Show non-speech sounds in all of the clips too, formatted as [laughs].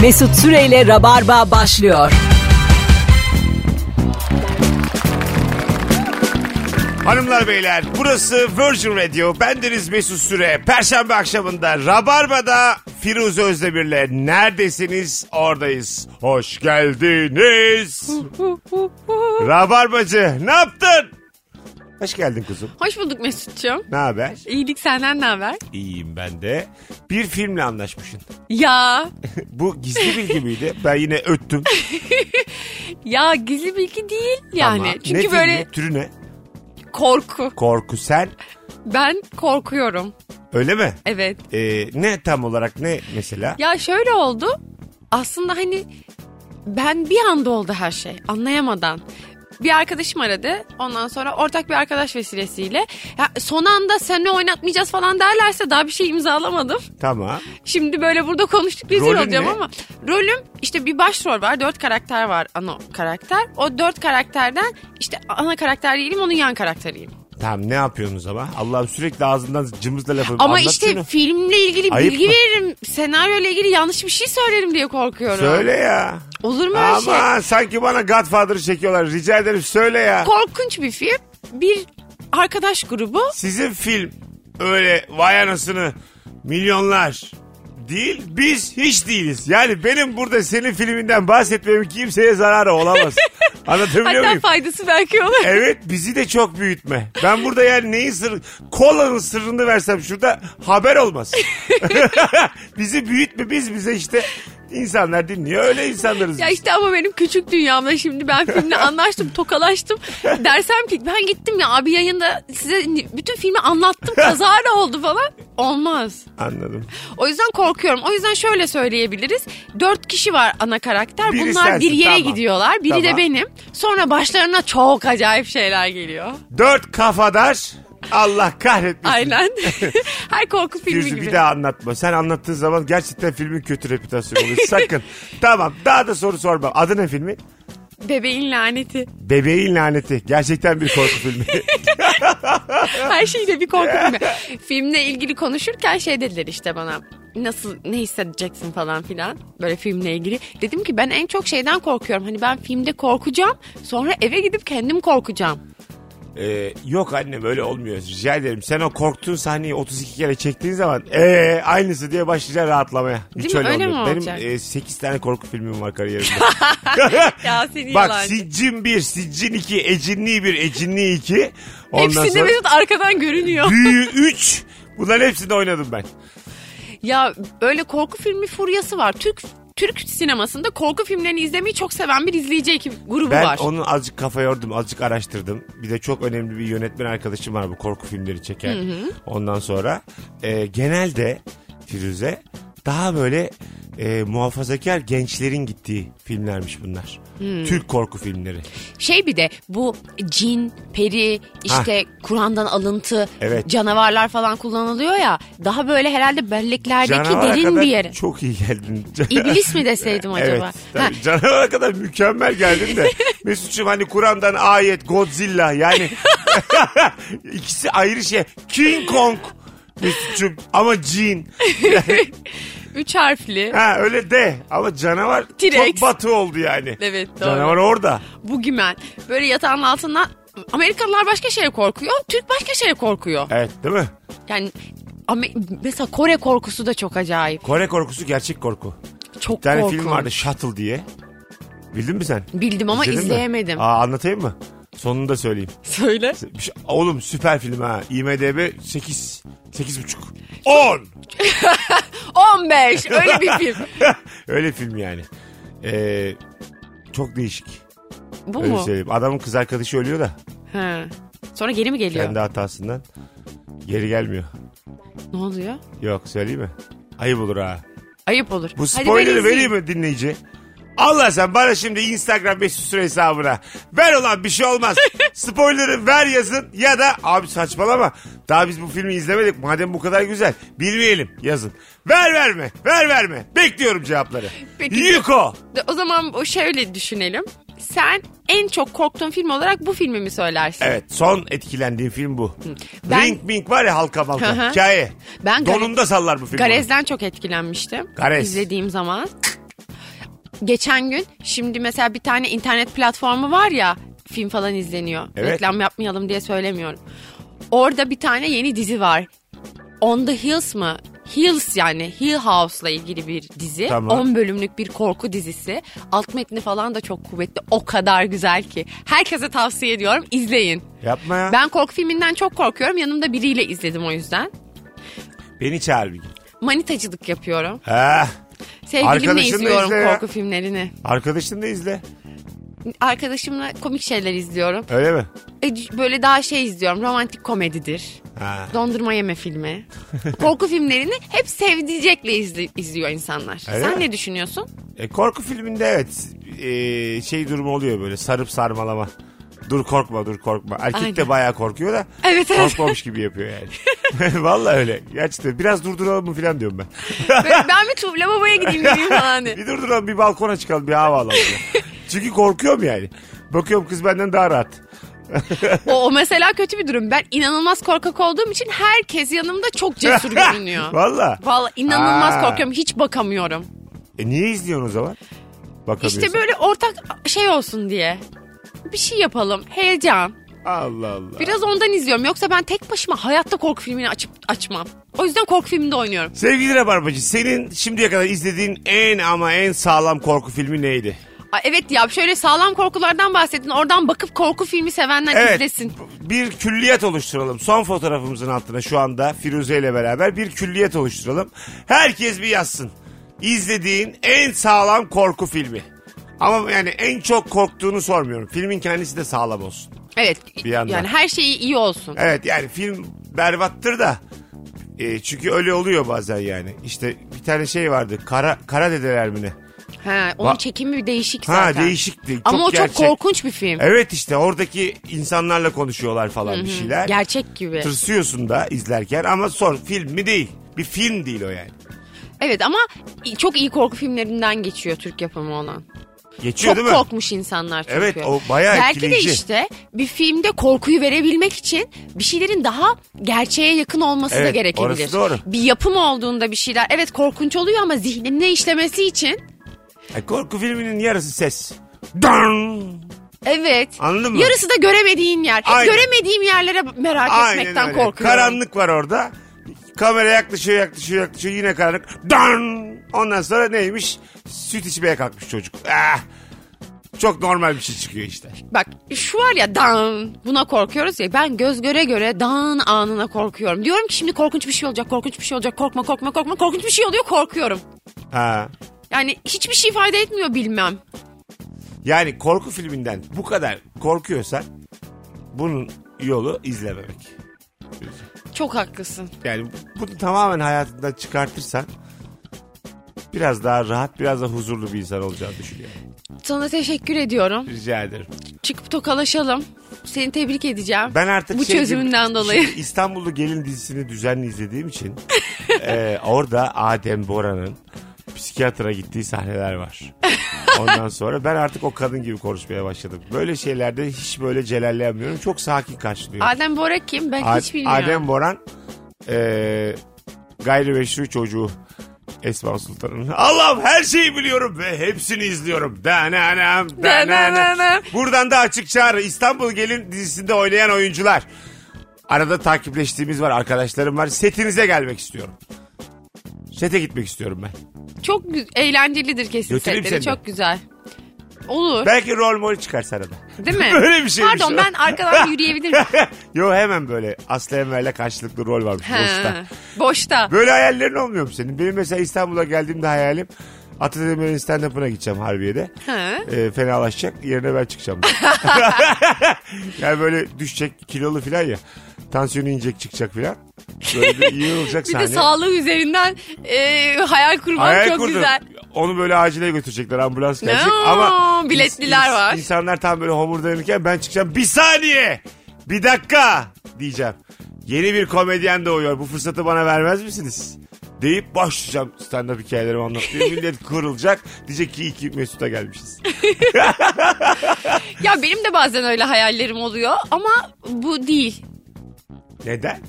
Mesut Süreyle Rabarba başlıyor. Hanımlar beyler burası Virgin Radio. Bendeniz Mesut Süre. Perşembe akşamında Rabarba'da Firuze Özdemir'le neredesiniz oradayız. Hoş [laughs] geldiniz. Rabarbacı ne yaptın? Hoş geldin kuzum. Hoş bulduk Mesut'cum. Ne haber? İyilik senden ne haber? [laughs] İyiyim ben de. Bir filmle anlaşmışsın. Ya [laughs] Bu gizli bilgi miydi? Ben yine [laughs] öttüm. ya gizli bilgi değil yani. Tamam. Çünkü ne böyle filmi? Türü ne? korku. Korku sen. Ben korkuyorum. Öyle mi? Evet. Ee, ne tam olarak ne mesela? Ya şöyle oldu. Aslında hani ben bir anda oldu her şey anlayamadan. Bir arkadaşım aradı. Ondan sonra ortak bir arkadaş vesilesiyle. Ya son anda seni oynatmayacağız falan derlerse daha bir şey imzalamadım. Tamam. Şimdi böyle burada konuştuk rezil Rolün olacağım ne? ama rolüm işte bir başrol var dört karakter var ana karakter o dört karakterden işte ana karakter değilim onun yan karakteriyim. Tamam ne yapıyorsunuz ama? Allah'ım sürekli ağzından cımbızla lafını Ama anlat işte şunu. filmle ilgili Ayıp bilgi mı? veririm senaryo ile ilgili yanlış bir şey söylerim diye korkuyorum. Söyle ya. Olur mu öyle şey? Ama sanki bana Godfather'ı çekiyorlar. Rica ederim söyle ya. Korkunç bir film bir arkadaş grubu Sizin film öyle vay anasını milyonlar değil biz hiç değiliz. Yani benim burada senin filminden bahsetmemin kimseye zararı [laughs] olamaz. Anlatabiliyor hatta muyum? faydası belki olur. Evet bizi de çok büyütme. Ben burada yani neyin sır kolanın sırrını versem şurada haber [laughs] olmaz. bizi büyütme biz bize işte insanlar dinliyor öyle insanlarız. Ya biz. işte ama benim küçük dünyamda şimdi [laughs] ben filmle anlaştım, tokalaştım. Dersem ki ben gittim ya abi yayında size bütün filmi anlattım, kazara oldu falan. Olmaz. Anladım. O yüzden korkuyorum. O yüzden şöyle söyleyebiliriz. Dört kişi var ana karakter. Biri Bunlar sensin, bir yere tamam. gidiyorlar. Biri Tamam. de benim. Sonra başlarına çok acayip şeyler geliyor. Dört kafadar Allah kahretmesin. Aynen. [laughs] Her korku filmi Firuze gibi. bir daha anlatma. Sen anlattığın zaman gerçekten filmin kötü reputasyonu oluyor. [laughs] Sakın. tamam daha da soru sorma. Adı ne filmin? Bebeğin laneti. Bebeğin Laneti. Gerçekten bir korku filmi. Her şeyde bir korku filmi. [laughs] Filmle ilgili konuşurken şey dediler işte bana. Nasıl ne hissedeceksin falan filan böyle filmle ilgili. Dedim ki ben en çok şeyden korkuyorum. Hani ben filmde korkacağım sonra eve gidip kendim korkacağım. Ee, yok annem öyle olmuyor. Rica ederim. Sen o korktuğun sahneyi 32 kere çektiğin zaman ee, aynısı diye başlayacaksın rahatlamaya. Hiç Değil mi? öyle, Öyle mi olmuyor. olacak? Benim 8 tane korku filmim var kariyerimde. [laughs] Ya seni Bak Siccin 1, Siccin 2, Ecinli 1, Ecinli 2. Ondan Hepsinde sonra Mesut arkadan görünüyor. Büyü 3. Bunların hepsini oynadım ben. ya böyle korku filmi furyası var. Türk Türk sinemasında korku filmlerini izlemeyi çok seven bir izleyici ekip grubu Ben var. onun azıcık kafa yordum, azıcık araştırdım. Bir de çok önemli bir yönetmen arkadaşım var bu korku filmleri çeken. Ondan sonra e, genelde Firuze daha böyle e, muhafazakar gençlerin gittiği filmlermiş bunlar. Türk korku filmleri. Şey bir de bu cin, peri, işte Kur'an'dan alıntı, Evet. canavarlar falan kullanılıyor ya. Daha böyle herhalde belleklerdeki Canavara derin kadar bir yere. Çok iyi geldin. İblis [laughs] mi deseydim acaba? Evet. Tabii, [laughs] canavara kadar mükemmel geldin [laughs] de. Mesut'cum hani Kur'an'dan ayet Godzilla yani [laughs] ikisi ayrı şey. King Kong Mesut'cum ama cin. Üç harfli. Ha öyle de ama canavar T-Rex. çok batı oldu yani. Evet doğru. Canavar orada. Bugimen. Böyle yatağın altından Amerikalılar başka şeye korkuyor. Türk başka şeye korkuyor. Evet değil mi? Yani Ame- mesela Kore korkusu da çok acayip. Kore korkusu gerçek korku. Çok Bir tane korkunç. film vardı Shuttle diye. Bildin mi sen? Bildim ama İzledin mi? izleyemedim. Aa, anlatayım mı? Sonunu da söyleyeyim. [laughs] Söyle. Bir şey- Oğlum süper film ha. IMDB 8. 8,5. 10. 15 öyle bir film. [laughs] Öyle film yani. Ee, çok değişik. Bu Öyle şey. mu? söyleyeyim. Adamın kız arkadaşı ölüyor da Ha. Sonra geri mi geliyor? kendi hatasından. Geri gelmiyor. Ne oluyor? Yok söyleyeyim mi? Ayıp olur ha. Ayıp olur. Bu Hadi spoiler'ı ben vereyim izleyeyim. mi dinleyici? Allah sen bana şimdi Instagram Mesut Süre hesabına. Ver olan bir şey [laughs] olmaz. Spoiler'ı ver yazın ya da abi saçmalama. Daha biz bu filmi izlemedik. Madem bu kadar güzel bilmeyelim yazın. Ver verme ver verme. Bekliyorum cevapları. Peki. Yuko. De- O zaman o şöyle düşünelim. Sen en çok korktuğun film olarak bu filmi mi söylersin? Evet son etkilendiğim film bu. Ben- Ring Ming var ya halka Hı halka hı. hikaye. Ben Gare- Donunda sallar bu film. Garez'den çok etkilenmiştim. Garez. İzlediğim zaman. geçen gün şimdi mesela bir tane internet platformu var ya film falan izleniyor. Evet. Reklam yapmayalım diye söylemiyorum. Orada bir tane yeni dizi var. On the Hills mı? Hills yani Hill House'la ilgili bir dizi. Tamam. 10 bölümlük bir korku dizisi. Alt metni falan da çok kuvvetli. O kadar güzel ki. Herkese tavsiye ediyorum. izleyin. Yapma ya. Ben korku filminden çok korkuyorum. Yanımda biriyle izledim o yüzden. Beni çağır bir gün. Manitacılık yapıyorum. Ha, Arkadaşınla Sevgilimle izliyorum izle ya. korku filmlerini. arkadaşın da izle. Arkadaşımla komik şeyler izliyorum. Öyle mi? E, c- Böyle daha şey izliyorum. Romantik komedidir. Ha. Dondurma [laughs] yeme filmi. korku filmlerini hep sevdicekle izli- izliyor insanlar. Öyle Sen mi? [laughs] ne düşünüyorsun? E, korku filminde evet e, şey durumu oluyor böyle sarıp sarmalama. Dur korkma dur korkma. Erkek de Aynen. bayağı korkuyor da Evet, evet. korkmamış gibi yapıyor [laughs] yani. [laughs] Vallahi öyle. Gerçekten biraz durduralım mı falan diyorum ben. Böyle ben bir Tuğla Baba'ya gideyim diyeyim falan. [laughs] diye. bir durduralım bir balkona çıkalım bir hava [laughs] alalım. ya. Çünkü korkuyorum yani. Bakıyorum kız benden daha rahat. O, o mesela kötü bir durum. Ben inanılmaz korkak olduğum için herkes yanımda çok [laughs] cesur görünüyor. Valla. Vallahi inanılmaz Aa. korkuyorum. Hiç bakamıyorum. E, niye izliyorsun o zaman? Bakamıyorsun. İşte böyle ortak şey olsun diye. Bir şey yapalım. Heyecan. Allah Allah. Biraz ondan izliyorum. Yoksa ben tek başıma hayatta korku filmini açıp açmam. O yüzden korku filminde oynuyorum. Sevgili Rabarbacı senin şimdiye kadar izlediğin en ama en sağlam korku filmi neydi? Aa, evet ya şöyle sağlam korkulardan bahsedin. Oradan bakıp korku filmi sevenler izlesin. Bir külliyet oluşturalım. Son fotoğrafımızın altına şu anda Firuze ile beraber bir külliyet oluşturalım. Herkes bir yazsın. İzlediğin en sağlam korku filmi. Ama yani en çok korktuğunu sormuyorum. Filmin kendisi de sağlam olsun. Evet. Bir yandan. Yani her şeyi iyi olsun. Evet yani film berbattır da. E, çünkü öyle oluyor bazen yani. İşte bir tane şey vardı. Kara, kara dedeler mi ne? Ha, onun Ba- çekimi bir değişik Ha, zaten. değişikti. Çok Ama o gerçek. çok korkunç bir film. Evet işte oradaki insanlarla konuşuyorlar falan bir şeyler. Gerçek gibi. Tırsıyorsun da izlerken ama sor film mi değil. Bir film değil o yani. Evet ama çok iyi korku filmlerinden geçiyor Türk yapımı olan. Geçiyor çok değil mi? korkmuş insanlar çünkü. Evet, o bayağı Belki etkileyici. de işte bir filmde korkuyu verebilmek için bir şeylerin daha gerçeğe yakın olması da Evet, gerekebilir. orası doğru. Bir yapım olduğunda bir şeyler evet korkunç oluyor ama zihnine işlemesi için E, korku filminin yarısı ses. Dan! evet. Anladın mı? Yarısı da göremediğin yer. Hep Aynen. göremediğim yerlere merak etmekten öyle. korkuyorum. Karanlık var orada. Kamera yaklaşıyor yaklaşıyor yaklaşıyor yine karanlık. Dan! Ondan sonra neymiş? Süt içmeye kalkmış çocuk. Ah! Çok normal bir şey çıkıyor işte. Bak şu var ya dan buna korkuyoruz ya ben göz göre göre dan anına korkuyorum. Diyorum ki şimdi korkunç bir şey olacak korkunç bir şey olacak korkma korkma korkma korkunç bir şey oluyor korkuyorum. Ha. Yani hiçbir şey ifade etmiyor bilmem. Yani korku filminden bu kadar korkuyorsan bunun yolu izlememek. Çok haklısın. Yani bunu tamamen hayatından çıkartırsan biraz daha rahat, biraz daha huzurlu bir insan olacağını düşünüyorum. Sana teşekkür ediyorum. Rica ederim. Çıkıp tokalaşalım. Seni tebrik edeceğim. Ben artık Bu şey gibi- çözümünden dolayı. Şimdi İstanbullu Gelin dizisini düzenli izlediğim için [laughs] e, orada Adem Bora'nın psikiyatra gittiği sahneler var. Ondan sonra ben artık o kadın gibi konuşmaya başladım. Böyle şeylerde hiç böyle celallenmiyorum. Çok sakin karşılıyorum. Adem Bora kim? Ben Ad- hiç bilmiyorum. Adem Boran e, gayrimeşru çocuğu Esma Sultan'ın. Allah'ım her şeyi biliyorum ve hepsini izliyorum. Dananam, dananam. Dananam. Buradan da açık çağrı. İstanbul Gelin dizisinde oynayan oyuncular. Arada takipleştiğimiz var arkadaşlarım var. Setinize gelmek istiyorum. Sete gitmek istiyorum ben. Çok gü- eğlencelidir kesin Götüreyim setleri. seni de. Çok güzel. Olur. Belki rol mol çıkar sana da. Değil mi? [laughs] Böyle bir şeymiş o. Pardon ben arkadan yürüyebilir miyim? [laughs] Yo hemen böyle Aslı Enver'le karşılıklı rol varmış. Ha, Boşta. Boşta. Böyle hayallerin olmuyor mu senin? Benim mesela İstanbul'a geldiğimde hayalim Atademir'in stand-up'ına gideceğim Harbiye'de. Ha. E, fenalaşacak yerine ben [laughs] çıkacağım. yani böyle düşecek kilolu falan ya. Tansiyonu inecek çıkacak falan. Böyle [laughs] bir iyi olacak Bir sahne. de sağlığı üzerinden e, hayal kurmak Hayal çok kurdum. güzel. Onu böyle acile götürecekler ambulans gelecek No, ama biletliler var. İnsanlar tam böyle homurdanırken ben çıkacağım bir saniye bir dakika diyeceğim. Yeni bir komedyen doğuyor bu fırsatı bana vermez misiniz? Deyip başlayacağım stand-up hikayelerimi [laughs] anlatmaya. Millet kırılacak. Diyecek ki iki Mesut'a gelmişiz. Ya benim de bazen öyle hayallerim oluyor ama bu değil. Neden?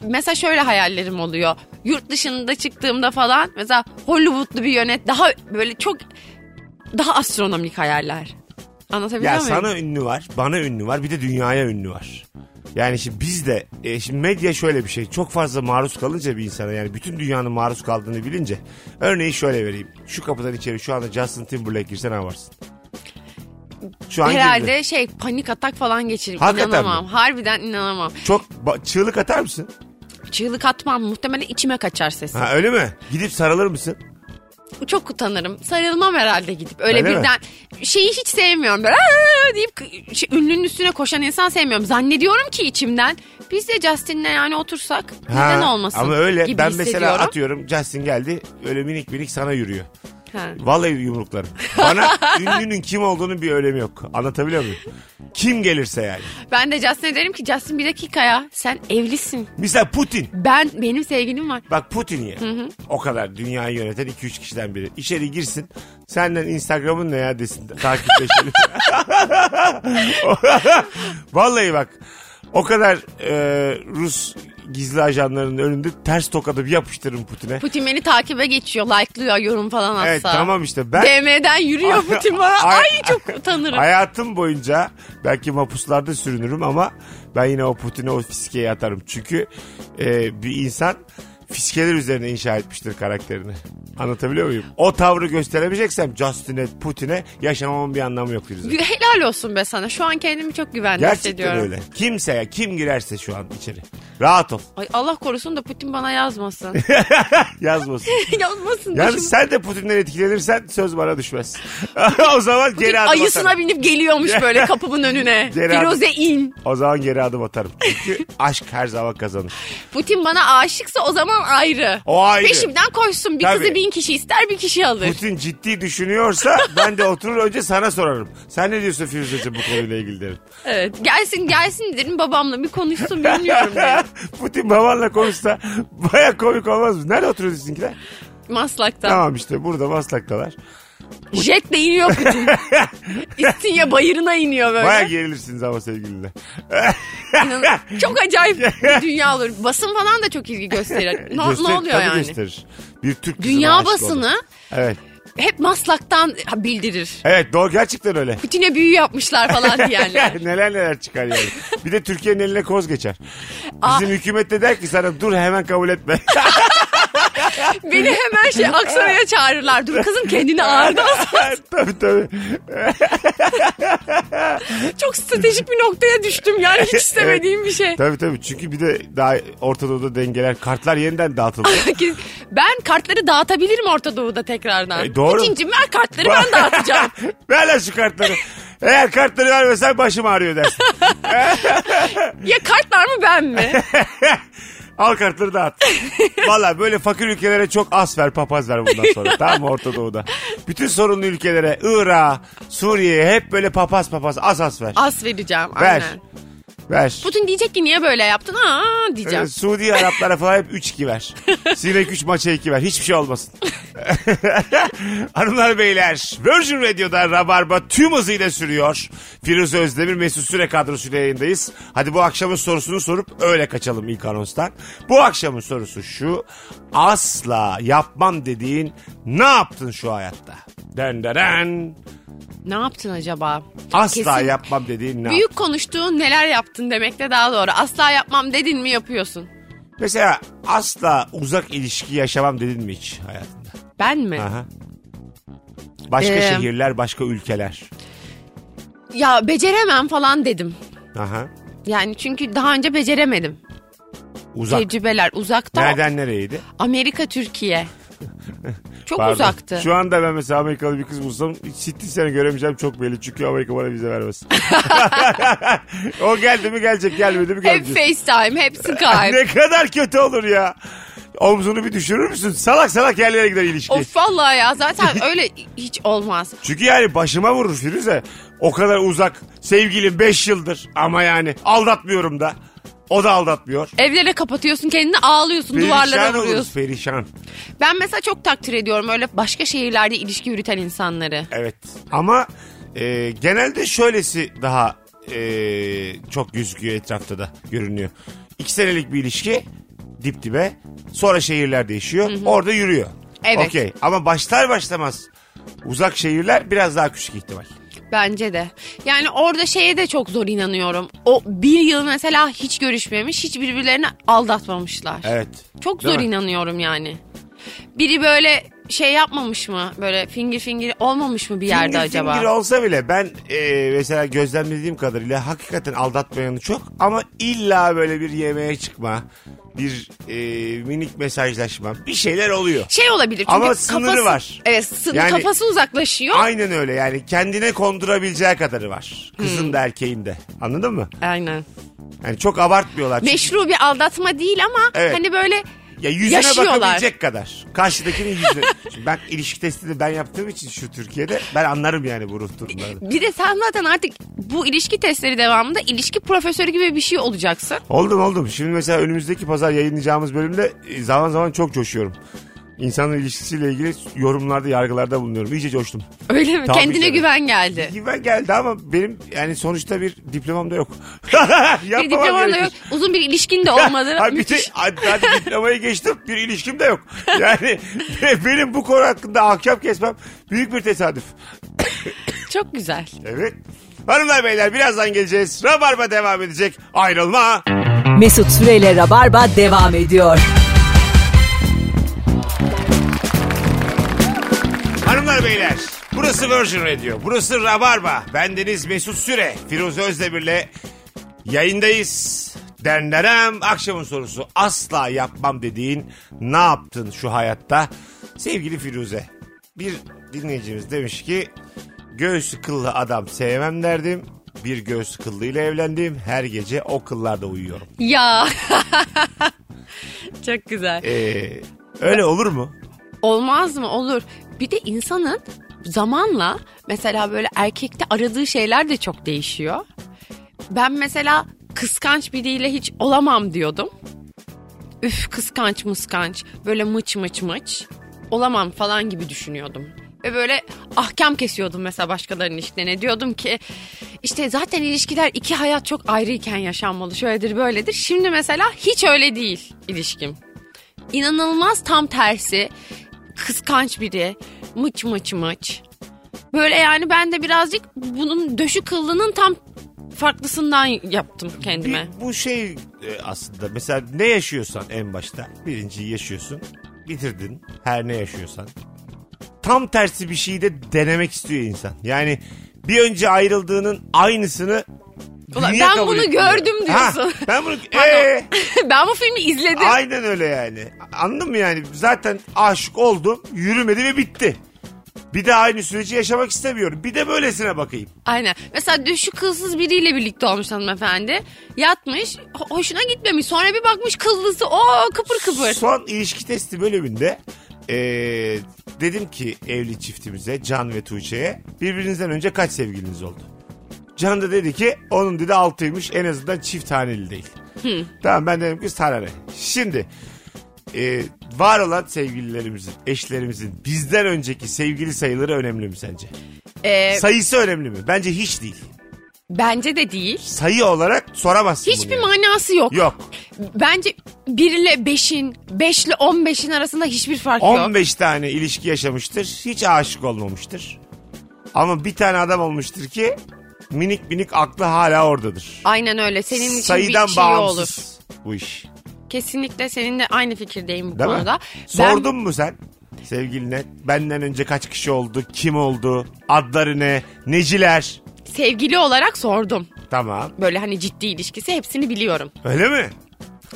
mesela şöyle hayallerim oluyor. Yurt dışında çıktığımda falan mesela Hollywoodlu bir yönet daha böyle çok daha astronomik hayaller. Anlatabiliyor Ya muyum? sana ünlü var, bana ünlü var, bir de dünyaya ünlü var. Yani şimdi biz de e, şimdi medya şöyle bir şey. Çok fazla maruz kalınca bir insana yani bütün dünyanın maruz kaldığını bilince. Örneği şöyle vereyim. Şu kapıdan içeri şu anda Justin Timberlake girse ne yaparsın? Şu an Herhalde girdi. şey panik atak falan geçiririm. Hakikaten inanamam. mi? Harbiden inanamam. Çok ba- çığlık atar mısın? Çığlık atmam muhtemelen içime kaçar sesi. Ha öyle mi? Gidip sarılır mısın? Çok utanırım. Sarılmam herhalde gidip. Öyle, Öyle mi? birden şeyi hiç sevmiyorum. Böyle "Aa!" deyip k- şey, ünlünün üstüne koşan insan sevmiyorum. Zannediyorum ki içimden biz de Justin'le yani otursak Ha, neden olmasın Ama öyle gibi ben mesela hissediyorum. atıyorum Justin geldi öyle minik minik sana yürüyor. Ha. Vallahi yumruklarım. Bana [laughs] ünlünün kim olduğunun bir önemi yok. Anlatabiliyor muyum? Kim gelirse yani. Ben de Justin'e derim ki Justin bir dakika ya sen evlisin. Mesela Putin. Ben benim sevgilim var. Bak Putin ya. O kadar dünyayı yöneten 2-3 kişiden biri. İçeri girsin. Senden Instagram'ın ne ya desin. Takipleşelim. [laughs] Vallahi bak. O kadar e, Rus gizli ajanlarının önünde ters tokadı bir yapıştırın Putin'e. Putin beni takibe geçiyor, like'lıyor, yorum falan atsa. Evet tamam işte ben DM'den yürüyor Putin bana. Ay- Ay çok utanırım. hayatım boyunca belki mapuslarda sürünürüm ama ben yine o Putin'e o fiskeyi atarım. Çünkü e, bir insan fiskeler üzerine inşa etmiştir karakterini. Anlatabiliyor muyum? O tavrı gösteremeyeceksem Justin'e, Putin'e yaşamamın bir anlamı yok Firuze. Gü- Helal olsun be sana. Şu an kendimi çok güvende Gerçekten hissediyorum. öyle. Kimseye, kim girerse şu an içeri. Rahat ol. Ay Allah korusun da Putin bana yazmasın. [laughs] [laughs] Yazmasın. yazmasın. da Yani şimdi- sen de Putin'den etkilenirsen söz bana düşmez. [laughs] o zaman geri adım Ayısına atarım. [laughs] binip geliyormuş böyle kapımın önüne. Geri adım. Firuze in. O zaman geri adım atarım. [laughs] Çünkü aşk her zaman kazanır. Putin bana aşıksa o zaman ayrı. O ayrı. Peşimden koşsun. Bir Tabii. kızı bin kişi ister bir kişi alır. Putin ciddi [laughs] düşünüyorsa ben de oturur önce sana sorarım. Sen ne diyorsun Firuze'cim bu konuyla ilgili derim. Evet. Gelsin gelsin derim babamla bir konuşsun bilmiyorum [laughs] derim. Putin babanla konuşsa baya komik olmaz mı? Nerede oturuyor sizinkiler? Maslak'ta. Tamam işte burada Maslak'talar. Jetle [laughs] iniyor Putin. İstinye bayırına iniyor böyle. Baya gerilirsiniz ama sevgilinle. İnanın- çok acayip [laughs] bir dünya olur. Basın falan da çok ilgi gösterir. Ne, Göster- ne oluyor tabii yani? gösterir. Bir Türk kızına Dünya aşık oldum. basını Evet. hep Maslak'tan bildirir. Evet doğru gerçekten [laughs] öyle. Putin'e büyü yapmışlar falan diyenler. [laughs] neler neler çıkar yani. Bir de Türkiye'nin eline koz geçer. Aa. Bizim hükümet de der ki sana dur hemen kabul etme. [laughs] Beni hemen şey Aksaray'a çağırırlar. Dur kızım [laughs] kendini ağırda. al. tabii tabii. Çok stratejik bir noktaya düştüm yani hiç istemediğim bir şey. Tabii tabii çünkü bir de daha Ortadoğu'da dengeler kartlar yeniden dağıtıldı. Herkes- ben kartları dağıtabilirim Orta Doğu'da tekrardan. E, doğru. Putin'cim ver kartları ben [laughs] dağıtacağım. Ver lan şu kartları. Eğer kartları vermesen başım ağrıyor dersin. [laughs] Ya kartlar mı ben mi? Al kartları [laughs] dağıt. Valla böyle fakir ülkelere çok az ver papaz ver bundan [laughs] sonra. tamam mı Orta Doğu'da? Bütün sorunlu ülkelere Irak, Suriye hep böyle papaz papaz az az ver. Az vereceğim ver. aynen. Ver. Putin diyecek ki niye böyle yaptın? Aa diyeceğim. Ee, Suudi Araplara falan hep 3-2 [laughs] ver. Sinek 3 maça 2 ver. Hiçbir şey olmasın. [laughs] Hanımlar beyler Virgin Radio'da Rabarba tüm hızıyla sürüyor. Firuze Özdemir Mesut Süre kadrosuyla yayındayız. Hadi bu akşamın sorusunu sorup öyle kaçalım ilk anonstan. Bu akşamın sorusu şu. Asla yapmam dediğin ne yaptın şu hayatta? Den den den. Ne yaptın acaba? Asla Kesin. yapmam dediğin ne yaptın? Büyük konuştuğun neler yaptın demek de daha doğru. Asla yapmam dedin mi yapıyorsun. Mesela asla uzak ilişki yaşamam dedin mi hiç hayatında? Ben mi? Aha. Başka Ee, şehirler, başka ülkeler. Ya beceremem falan dedim. Aha. Yani çünkü daha önce beceremedim. Uzak. Tecrübeler uzakta. Nereden nereyeydi? [laughs] Amerika, Türkiye. Çok Pardon. uzaktı. Şu anda ben mesela Amerikalı bir kız bulsam hiç sittin sene göremeyeceğim çok belli. Çünkü Amerika bana vize [laughs] vermez. o geldi mi gelecek gelmedi mi Hep gelmeyecek. FaceTime, hep Skype. ne kadar kötü olur ya. Omzunu bir düşürür müsün? Salak salak yerlere gider ilişki. of vallahi [laughs] ya zaten öyle hiç olmaz. Çünkü yani başıma vurur Firuze. O kadar uzak. Sevgilim 5 yıldır ama yani aldatmıyorum da. O da aldatmıyor. Evlere kapatıyorsun kendini ağlıyorsun Perişan duvarlara oluruz vuruyorsun. perişan. Ben mesela çok takdir ediyorum öyle başka şehirlerde ilişki yürüten insanları. Evet. Ama e, genelde şöylesi daha e, çok gözüküyor etrafta da görünüyor. İki senelik bir ilişki dip dibe sonra şehirler değişiyor orada yürüyor. Evet. Okey ama başlar başlamaz Uzak şehirler biraz daha küçük ihtimal. Bence de. Yani orada şeye de çok zor inanıyorum. O bir yıl mesela hiç görüşmemiş, hiç birbirlerini aldatmamışlar. Evet. Çok Değil zor mi? inanıyorum yani. Biri böyle şey yapmamış mı? Böyle finger finger olmamış mı bir yerde Fingir acaba? fingir olsa bile ben e, mesela gözlemlediğim kadarıyla hakikaten aldatmayanı çok ama illa böyle bir yemeğe çıkma, bir e, minik mesajlaşma bir şeyler oluyor. Şey olabilir çünkü Ama sınırı kafası, var. Evet sın- Yani- kafası uzaklaşıyor. Aynen öyle yani kendine kondurabileceği kadarı var. Kızın Hmm. da erkeğin de anladın mı? Aynen. Yani çok abartmıyorlar. çünkü. Meşru bir aldatma değil ama Evet. hani böyle Ya yüzüne Yaşıyorlar. bakabilecek kadar. Karşıdakinin yüzüne. Şimdi ben ilişki testini ben yaptığım için şu Türkiye'de ben anlarım yani bu ruh durumlarını. bir de sen zaten artık bu ilişki testleri devamında ilişki profesörü gibi bir şey olacaksın. Oldum oldum. Şimdi mesela önümüzdeki pazar yayınlayacağımız bölümde e, zaman zaman çok coşuyorum. İnsanın ilişkisiyle ilgili yorumlarda, yargılarda bulunuyorum. İyice coştum. Öyle mi? Tabii Kendine canım. [laughs] güven geldi. Güven geldi ama benim yani sonuçta bir diplomam da yok. [laughs] Bir diploman da yok. Uzun bir ilişkin de olmadı. Ha, bir de, Müthiş. hadi, hadi diplomayı geçtim bir ilişkim de yok. Yani [laughs] be- benim bu konu hakkında ahkam kesmem büyük bir tesadüf. [laughs] Çok güzel. Evet. Hanımlar beyler birazdan geleceğiz. Rabarba devam edecek. Ayrılma. Mesut Süreyle Rabarba devam ediyor. Hanımlar beyler burası Virgin Radio. Burası Rabarba. Bendeniz Mesut Süre. Firuze Özdemir'le yayındayız. Denderem akşamın sorusu asla yapmam dediğin ne yaptın şu hayatta? Sevgili Firuze bir dinleyicimiz demiş ki göğsü kıllı adam sevmem derdim. Bir göğsü kıllıyla evlendim. Her gece o kıllarda uyuyorum. Ya. [laughs] Çok güzel. Ee, öyle olur mu? Olmaz mı? Olur. Bir de insanın zamanla mesela böyle erkekte aradığı şeyler de çok değişiyor. Ben mesela kıskanç biriyle hiç olamam diyordum. Üf kıskanç mıskanç böyle mıç mıç mıç olamam falan gibi düşünüyordum. Ve böyle ahkam kesiyordum mesela başkalarının işlerine. Diyordum ki işte zaten ilişkiler iki hayat çok ayrıyken yaşanmalı. Şöyledir böyledir. Şimdi mesela hiç öyle değil ilişkim inanılmaz tam tersi. Kıskanç biri. Mıç mıç mıç. Böyle yani ben de birazcık bunun döşü kıllının tam farklısından yaptım Bir- kendime. bu şey e, aslında mesela ne yaşıyorsan en başta birinciyi yaşıyorsun bitirdin her ne yaşıyorsan tam tersi bir şeyi de denemek istiyor insan yani bir önce ayrıldığının aynısını Ulan dünya ben kabul bunu etmiyor. gördüm Ha, diyorsun. ben [laughs] bunu Pardon. Ee, [laughs] ben bu filmi izledim. aynen öyle yani anladın mı yani zaten aşık oldum yürümedi ve bitti bir de aynı süreci yaşamak istemiyorum bir de böylesine bakayım Aynen. Mesela döşü kılsız biriyle birlikte olmuş hanımefendi. Yatmış. ho- Hoşuna gitmemiş. Sonra bir bakmış kıllısı. o kıpır kıpır. Son ilişki testi bölümünde eee, dedim ki evli çiftimize Can ve Tuğçe'ye birbirinizden önce kaç sevgiliniz oldu? Can da dedi ki onun dedi altıymış en azından çift haneli değil. Tamam ben dedim ki sana ne? Şimdi eee, var olan sevgililerimizin, eşlerimizin bizden önceki sevgili sayıları önemli mi sence? Ee, Sayısı önemli mi? Bence hiç değil. bence de değil. Sayı olarak soramazsın bunu Hiçbir yani. manası yok. Yok. Bence 1 ile 5'in, 5 ile 15'in arasında hiçbir fark yok. 15 tane ilişki yaşamıştır. Hiç aşık olmamıştır. Ama bir tane adam olmuştur ki minik minik aklı hala oradadır. Aynen öyle. Senin için Sayıdan bir şey olur. bağımsız bu iş. Kesinlikle seninle aynı fikirdeyim bu Değil konuda. mi? Sordun mu sen sevgiline? Benden önce kaç kişi oldu? Kim oldu? Adları ne? Neciler? Ben sevgili olarak sordum. Tamam. Böyle hani ciddi ilişkisi hepsini biliyorum. Öyle mi?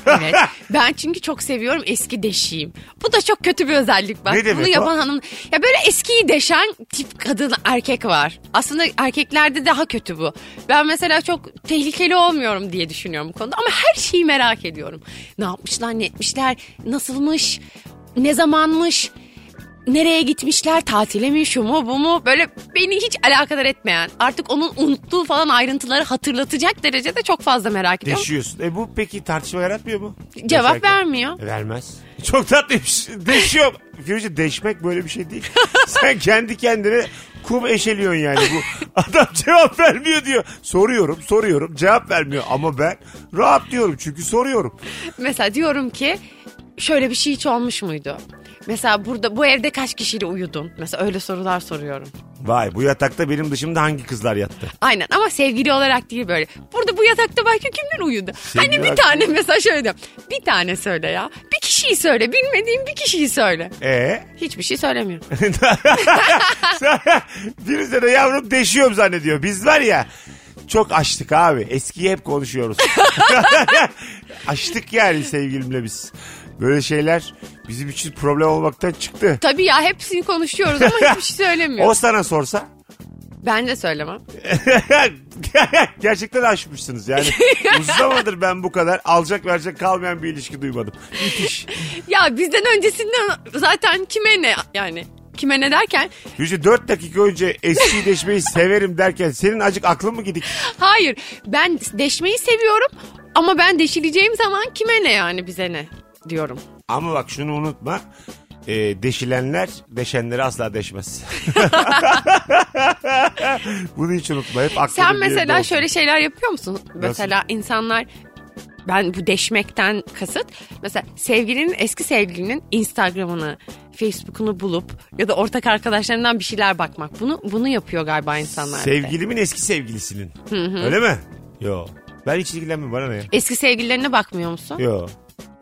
Evet. ben çünkü çok seviyorum eski deşiyim. Bu da çok kötü bir özellik bak. Ne demek Bunu yapan o? hanım ya böyle eskiyi deşen tip kadın erkek var. Aslında erkeklerde daha kötü bu. Ben mesela çok tehlikeli olmuyorum diye düşünüyorum bu konuda ama her şeyi merak ediyorum. Ne yapmışlar, ne etmişler, nasılmış, ne zamanmış, nereye gitmişler, tatile mi, şu mu, bu mu? Böyle beni hiç alakadar etmeyen, artık onun unuttuğu falan ayrıntıları hatırlatacak derecede çok fazla merak ediyorum. Deşiyorsun. E bu peki tartışma yaratmıyor mu? Cevap Yaşarken. vermiyor. Vermez. [laughs] Çok tatlıymış. Deşiyor. Firuze deşmek böyle bir şey değil. Sen kendi kendine kum eşeliyorsun yani. Bu adam cevap vermiyor diyor. Soruyorum soruyorum cevap vermiyor. Ama ben rahat diyorum çünkü soruyorum. Mesela diyorum ki şöyle bir şey hiç olmuş muydu? Mesela burada bu evde kaç kişiyle uyudun? Mesela öyle sorular soruyorum. Vay bu yatakta benim dışımda hangi kızlar yattı? Aynen ama sevgili olarak değil böyle. Burada bu yatakta belki kimler uyudu? Sevgili hani bir olarak- tane mesela şöyle diyorum. Bir tane söyle ya. Bir kişiyi söyle. Bilmediğim bir kişiyi söyle. Ee? Hiçbir şey söylemiyorum. [laughs] Firuze de yavrum deşiyorum zannediyor. Biz var ya çok açtık abi. Eskiyi hep konuşuyoruz. açtık yani sevgilimle biz. Böyle şeyler bizim için problem olmaktan çıktı. Tabii ya hepsini konuşuyoruz ama hiçbir şey [laughs] söylemiyorum. O sana sorsa Ben de söylemem. gerçekten aşmışsınız [laughs] yani. Uzun zamandır ben bu kadar alacak verecek kalmayan bir ilişki duymadım. Müthiş. Ya bizden öncesinden zaten kime ne yani kime ne derken Yüzde 4 dakika önce eski deşmeyi severim derken senin acık aklın mı gidik? hayır ben deşmeyi seviyorum ama ben deşileceğim zaman kime ne yani bize ne diyorum. Ama bak şunu unutma. Ee, deşilenler deşenleri asla deşmez. [laughs] Bunu hiç unutma. Hep aklında Sen bir yerinde mesela olsun. şöyle şeyler yapıyor musun? Mesela insanlar ben bu deşmekten kasıt mesela sevgilinin eski sevgilinin Instagram'ını Facebook'unu bulup ya da ortak arkadaşlarından bir şeyler bakmak. Bunu bunu yapıyor galiba insanlar. bir de. Sevgilimin eski sevgilisinin. Öyle mi? Yo. Ben hiç ilgilenmem bana ne ya? Eski sevgililerine bakmıyor musun? Yo. [laughs]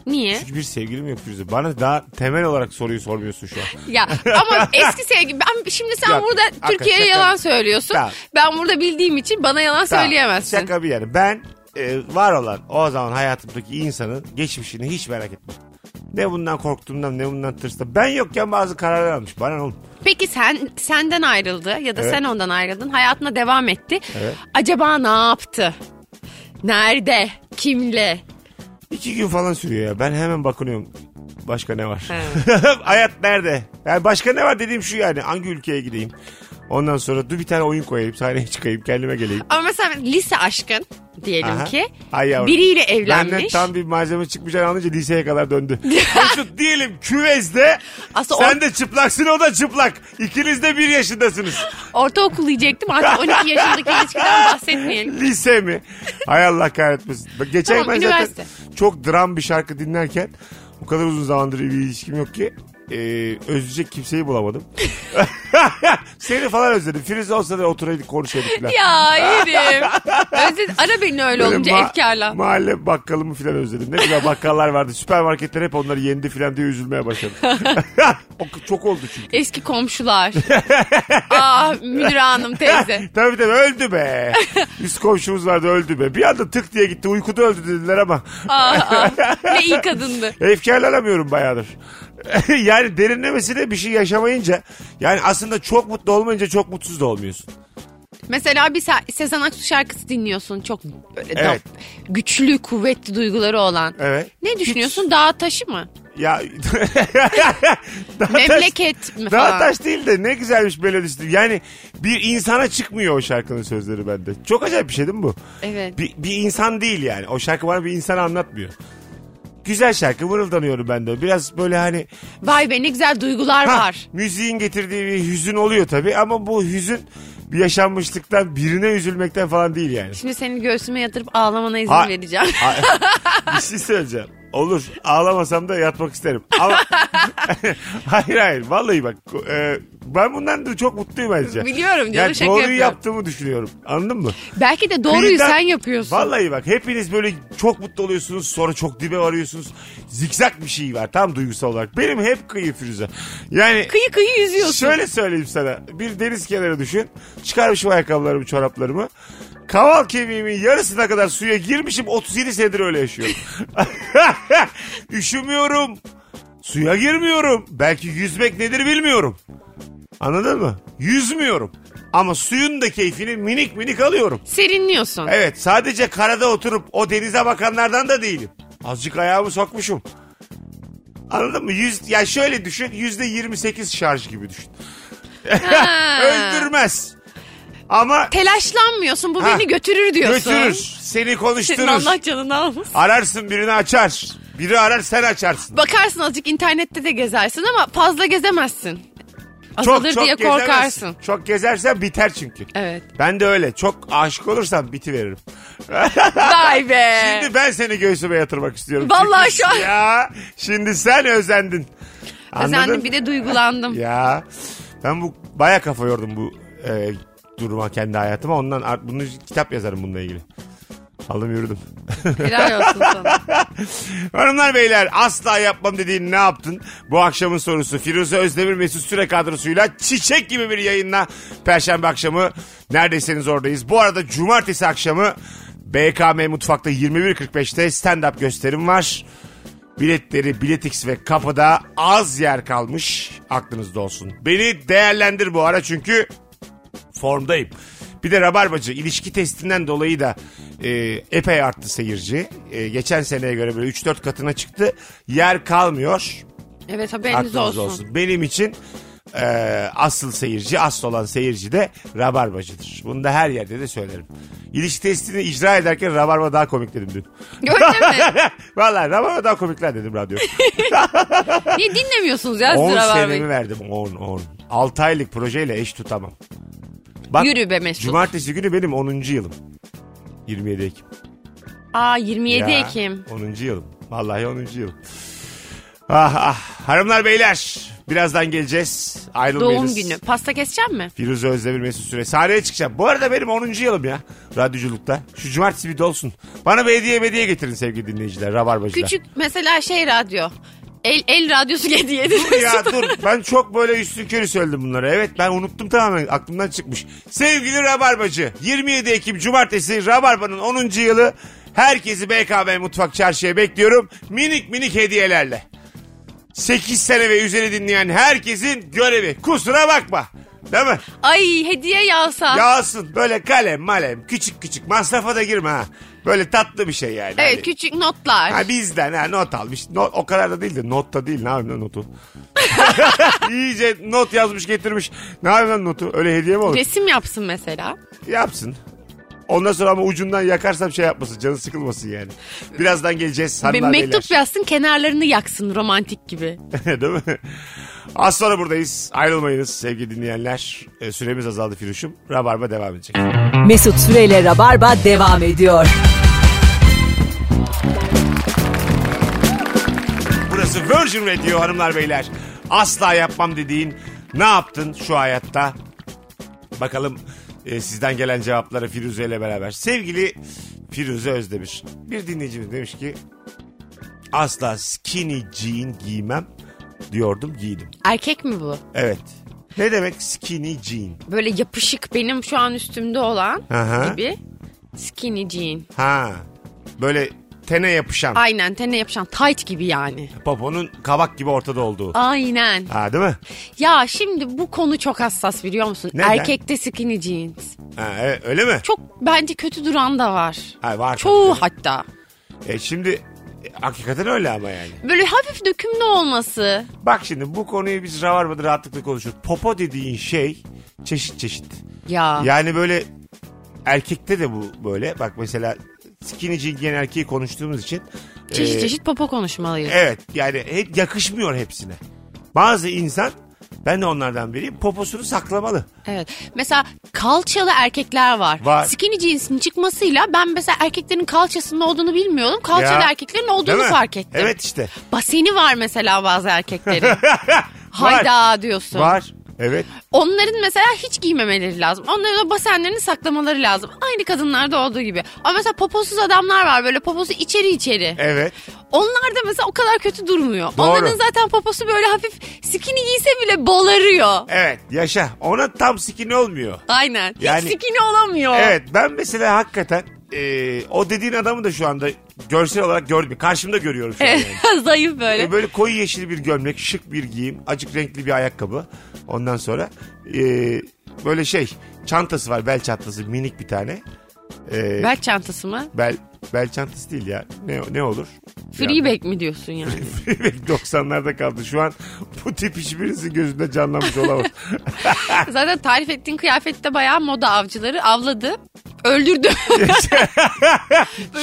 Niye? Çünkü bir sevgilim yok Firuze. Bana daha temel olarak soruyu sormuyorsun şu an. Ya ama eski sevgi ben şimdi sen Yok, burada hakikaten Türkiye'ye şaka. yalan söylüyorsun. Tamam. Ben burada bildiğim için bana yalan Tamam. söyleyemezsin. Şaka bir yani. Ben e, var olan o zaman hayatımdaki insanın geçmişini hiç merak etmem. Ne bundan korktuğumdan ne bundan tırstım. Ben yokken bazı kararlar almış. Bana ne oğlum? Peki sen senden ayrıldı ya da Evet. sen ondan ayrıldın. Hayatına devam etti. Evet. Acaba ne yaptı? Nerede? Kimle? İki gün falan sürüyor ya. Ben hemen bakınıyorum. Başka ne var? He. [laughs] Hayat nerede? Yani başka ne var dediğim şu yani. Hangi ülkeye gideyim? Ondan sonra dur bir tane oyun koyayım. Sahneye çıkayım. Kendime geleyim. Ama mesela lise aşkın diyelim Aha. ki Ay yavrum. biriyle Benden evlenmiş. tam bir malzeme çıkmayacağını anlayınca liseye kadar [laughs] döndü. Mesut diyelim küvezde Aslında sen o- de çıplaksın o da çıplak. İkiniz de bir [laughs] yaşındasınız. Ortaokul [laughs] diyecektim artık 12 yaşındaki ilişkiden bahsetmeyelim. Lise mi? Hay Allah kahretmesin. Bak Geçen Tamam, ben üniversite. zaten çok dram bir şarkı dinlerken o kadar uzun zamandır bir ilişkim yok ki e, özleyecek kimseyi [laughs] bulamadım. [laughs] Seni falan özledim. Firuze olsa da oturaydık konuşaydık falan. Ya yerim. Özledim. Ara beni öyle Böyle olunca ma- efkarla. Mahalle bakkalımı falan özledim. Ne güzel bakkallar vardı. Süpermarketler hep onları yendi falan diye üzülmeye [laughs] başladım. [laughs] O- çok oldu çünkü. Eski komşular. Ah Münir Hanım teyze. Tabii tabii öldü [laughs] be. Üst komşumuz vardı öldü be. Bir anda tık diye gitti. Uykuda öldü dediler ama. [laughs] Ah, ah. Ne iyi kadındı. Efkarlanamıyorum bayağıdır. [laughs] yani derinlemesine bir şey yaşamayınca yani aslında çok mutlu olmayınca çok mutsuz da olmuyorsun. Mesela bir Se- Sezen Aksu şarkısı dinliyorsun. Çok böyle da- Evet. güçlü, kuvvetli duyguları olan. Evet. Ne düşünüyorsun? Dağ taşı mı? Ya [laughs] Dağ taş- Memleket mi Dağ falan? taş değil de ne güzelmiş melodisi. Yani bir insana çıkmıyor o şarkının sözleri bende. Çok acayip bir şey değil mi bu? Evet. Bir, bir insan değil yani. O şarkı bana bir insanı anlatmıyor. Güzel şarkı mırıldanıyorum ben de. Biraz böyle hani Vay be ne güzel duygular Ha, var. Müziğin getirdiği bir hüzün oluyor tabii ama bu hüzün bir yaşanmışlıktan birine üzülmekten falan değil yani. Şimdi seni göğsüme yatırıp ağlamana izin Ha- [laughs] vereceğim. Ha- [laughs] bir şey söyleyeceğim. Olur ağlamasam da yatmak isterim. Ama [laughs] hayır hayır vallahi bak e, ben bundan da çok mutluyum ayrıca. Biliyorum canım, yani şaka Doğruyu yapıyorum. yaptığımı düşünüyorum anladın mı? Belki de doğruyu Kıyıdan- sen yapıyorsun. Vallahi bak hepiniz böyle çok mutlu oluyorsunuz sonra çok dibe varıyorsunuz. Zikzak bir şey var tam duygusal olarak. Benim hep kıyı Firuze. Yani Kıyı kıyı yüzüyorsun. Şöyle söyleyeyim sana. Bir deniz kenarı düşün. Çıkarmışım ayakkabılarımı, çoraplarımı. Kaval kemiğimin yarısına kadar suya girmişim. 37 senedir öyle yaşıyorum. Üşümüyorum. Suya girmiyorum. Belki yüzmek nedir bilmiyorum. Anladın mı? Yüzmüyorum. Ama suyun da keyfini minik minik alıyorum. Serinliyorsun. Evet sadece karada oturup o denize bakanlardan da değilim. Azıcık ayağımı sokmuşum. Anladın mı? Yüz, ya şöyle düşün yüzde 28 şarj gibi düşün. Ha. Öldürmez. Ama Telaşlanmıyorsun bu Ha. beni götürür diyorsun. götürür. Seni Senin konuşturur. Allah canını almasın. Ararsın birini açar. Biri arar sen açarsın. Bakarsın azıcık internette de gezersin ama fazla gezemezsin. Azalır Çok çok diye gezemezsin. korkarsın. Çok gezersen biter çünkü. Evet. Ben de öyle. Çok aşık olursam biti [laughs] veririm. Vay be. Şimdi ben seni göğsüme yatırmak istiyorum. Vallahi Çünkü- şu an- Ya şimdi sen özendin. Özendim bir de duygulandım. [laughs] Ya ben bu baya kafa yordum bu e, duruma kendi hayatıma. Ondan art- bunu kitap yazarım bununla ilgili. Aldım yürüdüm. Helal olsun [laughs] sana. Hanımlar beyler asla yapmam dediğin ne yaptın? Bu akşamın sorusu Firuze Özdemir Mesut Süre kadrosuyla çiçek gibi bir yayınla Perşembe akşamı neredeyseniz oradayız. Bu arada cumartesi akşamı BKM Mutfak'ta 21.45'te stand-up gösterim var. Biletleri Biletix ve kapıda az yer kalmış aklınızda olsun. Beni değerlendir bu ara çünkü formdayım. Bir de Rabarbacı ilişki testinden dolayı da e, epey arttı seyirci. E, geçen seneye göre böyle 3-4 katına çıktı. Yer kalmıyor. Evet haberiniz Aklınız olsun. olsun. [laughs] Benim için e, asıl seyirci, asıl olan seyirci de Rabarbacı'dır. Bunu da her yerde de söylerim. İlişki testini icra ederken Rabarba daha komik dedim dün. [laughs] Öyle mi? Vallahi Rabarba daha komikler dedim radyo. Niye [laughs] dinlemiyorsunuz ya 10 Zira senemi Barbay'ı? verdim 10 10. 6 aylık projeyle eş tutamam. Bak, Yürü be Mesut. Cumartesi günü benim 10. yılım. 27 Ekim. Aa 27 Ya, Ekim. 10. yılım. Vallahi 10. yılım. Ah ah. Hanımlar beyler birazdan geleceğiz. Ayrılmayız. Doğum günü. Pasta kesecek mi? Firuze Özdemir Mesut Süre. Sahneye çıkacağım. Bu arada benim 10. yılım ya radyoculukta. Şu cumartesi bir dolsun. Bana bir hediye bir hediye getirin sevgili dinleyiciler. Rabarbacılar. Küçük mesela şey radyo. El, el radyosu [laughs] hediye edilir. ya dur ben çok böyle üstün körü söyledim bunları. Evet ben unuttum tamamen aklımdan çıkmış. Sevgili Rabarbacı 27 Ekim Cumartesi Rabarba'nın 10. yılı. Herkesi BKB Mutfak Çarşı'ya bekliyorum. Minik minik hediyelerle. 8 sene ve üzeri dinleyen herkesin görevi. Kusura bakma. Değil mi? Ay hediye yağsa. Yağsın böyle kalem malem küçük küçük masrafa da girme ha. Böyle tatlı bir şey yani. evet Hani- küçük notlar. Ha bizden ha not almış. Not, o kadar da değil de not da değil. Ne yapayım lan notu? [laughs] İyice not yazmış getirmiş. Ne yapayım lan notu? Öyle hediye mi olur? Resim yapsın mesela. Yapsın. Ondan sonra ama ucundan yakarsam şey yapmasın. Canı sıkılmasın yani. Birazdan geleceğiz. Bir Hanımlar mektup yazsın kenarlarını yaksın [laughs] romantik gibi. beyler. değil mi? Az sonra buradayız. Ayrılmayınız sevgili dinleyenler. Ee, süremiz azaldı Firuş'um. Rabarba devam edecek. Mesut Süreyle Rabarba devam ediyor. Burası Virgin Radio hanımlar beyler. Asla yapmam dediğin ne yaptın şu hayatta? Bakalım e, sizden gelen cevapları Firuze ile beraber. Sevgili Firuze Özdemir. Bir dinleyicimiz demiş ki asla skinny jean giymem diyordum giydim. Erkek mi bu? Evet. Ne demek skinny jean? Böyle yapışık benim şu an üstümde olan Aha. gibi. Skinny jean. Ha. Böyle tene yapışan. Aynen tene yapışan tight gibi yani. Poponun kabak gibi ortada olduğu. Aynen. Ha değil mi? Ya şimdi bu konu çok hassas biliyor musun? Neden? Erkekte skinny jeans. Ha, evet, öyle mi? Çok bence kötü duran da var. Ha, var Çoğu tabii canım. hatta. E, şimdi e, hakikaten öyle ama yani. Böyle hafif dökümlü olması. Bak şimdi bu konuyu biz Rabarba'da rahatlıkla konuşuyoruz. Popo dediğin şey çeşit çeşit. Ya. Yani böyle erkekte de bu böyle. Bak mesela skinny jean giyen erkeği konuştuğumuz için. çeşit e, çeşit popo konuşmalıyız. Evet yani hep yakışmıyor hepsine. Bazı insan ben de onlardan biriyim poposunu saklamalı. Evet. Mesela kalçalı erkekler var. Var. Skinny jeans'in çıkmasıyla ben mesela erkeklerin kalçasının olduğunu bilmiyordum. Kalçalı Ya. erkeklerin Değil olduğunu mi? fark ettim. Evet işte. Baseni var mesela [laughs] bazı erkeklerin. Var. Hayda diyorsun. Var. Evet. Onların mesela hiç giymemeleri lazım. Onların o basenlerini saklamaları lazım. Aynı kadınlarda olduğu gibi. Ama mesela poposuz adamlar var böyle poposu içeri içeri. Evet. Onlar da mesela o kadar kötü durmuyor. Doğru. Onların zaten poposu böyle hafif skinny giyse bile bolarıyor. Evet. Yaşa. Ona tam skinny olmuyor. Aynen. Yani- Hiç skinny olamıyor. Evet ben mesela hakikaten e, o dediğin adamı da şu anda görsel olarak gördüm. Karşımda görüyorum şu an yani. [laughs] Zayıf böyle. E, böyle koyu yeşil bir gömlek, şık bir giyim, acık renkli bir ayakkabı. Ondan sonra e, böyle şey çantası var bel çantası minik bir tane. E, Bel çantası mı? bel bel çantası değil ya. Ne ne olur? [laughs] Free bag mi diyorsun yani? Freeback 90'larda kaldı. Şu an bu tip hiçbirisi gözünde canlanmış olamaz. Zaten tarif ettiğin kıyafette bayağı moda avcıları avladı. [laughs] Öldürdü.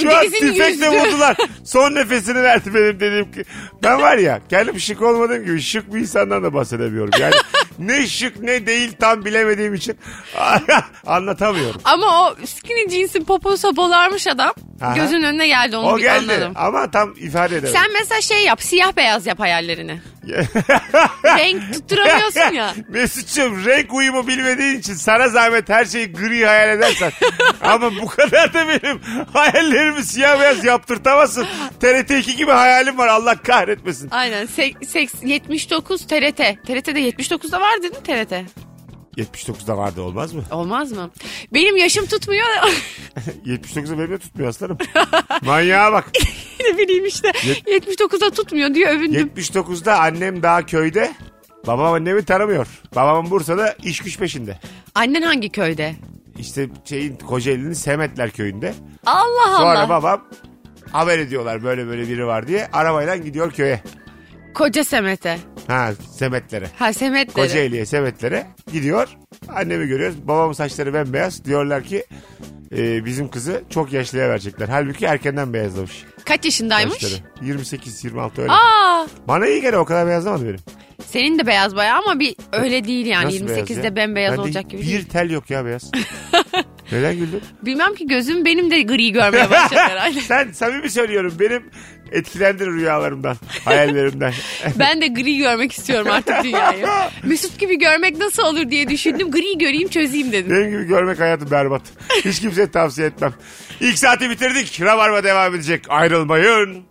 Şu an Birisini tüfekle yüzdü. vurdular. Son nefesini verdi benim dediğim ki. Ben var ya kendim şık olmadığım gibi şık bir insandan da bahsedemiyorum. [laughs] Yani ne şık ne değil tam bilemediğim için [laughs] anlatamıyorum. Ama o skinny jeans'in poposu bolarmış adam. Aha. Gözün önüne geldi onu O bir geldi anladım. [laughs] ama tam ifade edemedim. Sen mesela şey yap siyah beyaz yap hayallerini. [laughs] Renk tutturamıyorsun ya. Mesut'cum renk uyumu bilmediğin için sana zahmet her şeyi gri hayal edersen. Ama bu kadar da benim hayallerimi siyah beyaz yaptırtamazsın. TRT 2 gibi hayalim var Allah kahretmesin. Aynen. Sek, seks- 79 TRT. TRT'de 79'da var değil mi TRT? 79'da vardı olmaz mı? Olmaz mı? Benim yaşım tutmuyor. 79'da benim de tutmuyor aslanım. [laughs] Manyağa bak. [laughs] ne bileyim işte. 79'da tutmuyor diye övündüm. 79'da annem daha köyde. Babam annemi tanımıyor. Babamın Bursa'da iş güç peşinde. Annen hangi köyde? İşte şeyin Kocaeli'nin Semetler köyünde. Allah Sonra Allah. babam haber ediyorlar böyle böyle biri var diye. Arabayla gidiyor köye. Koca Semet'e. Ha Semetlere. Ha Semet dedi. Kocaeli'ye Semetlere gidiyor. Annemi görüyoruz. Babamın saçları bembeyaz. Diyorlar ki e, bizim kızı çok yaşlıya verecekler. Halbuki erkenden beyazlamış. Kaç yaşındaymış? saçları. 28-26 öyle. Aa, Bana iyi gene o kadar beyazlamadı benim. senin de beyaz bayağı ama bir öyle değil yani. Nasıl beyaz 28'de ya? bembeyaz Bende olacak gibi. Bir değil. tel yok ya [laughs] beyaz. Neden güldün? Bilmem ki gözüm benim de gri [laughs] görmeye başladı herhalde. Sen samimi söylüyorum benim etkilendir rüyalarımdan, [laughs] hayallerimden. Ben de gri görmek istiyorum artık dünyayı. Mesut gibi görmek nasıl olur diye düşündüm. Gri göreyim çözeyim dedim. Benim gibi görmek hayatı berbat. Hiç kimseye tavsiye etmem. İlk saati bitirdik. Rabarba devam edecek. Ayrılmayın.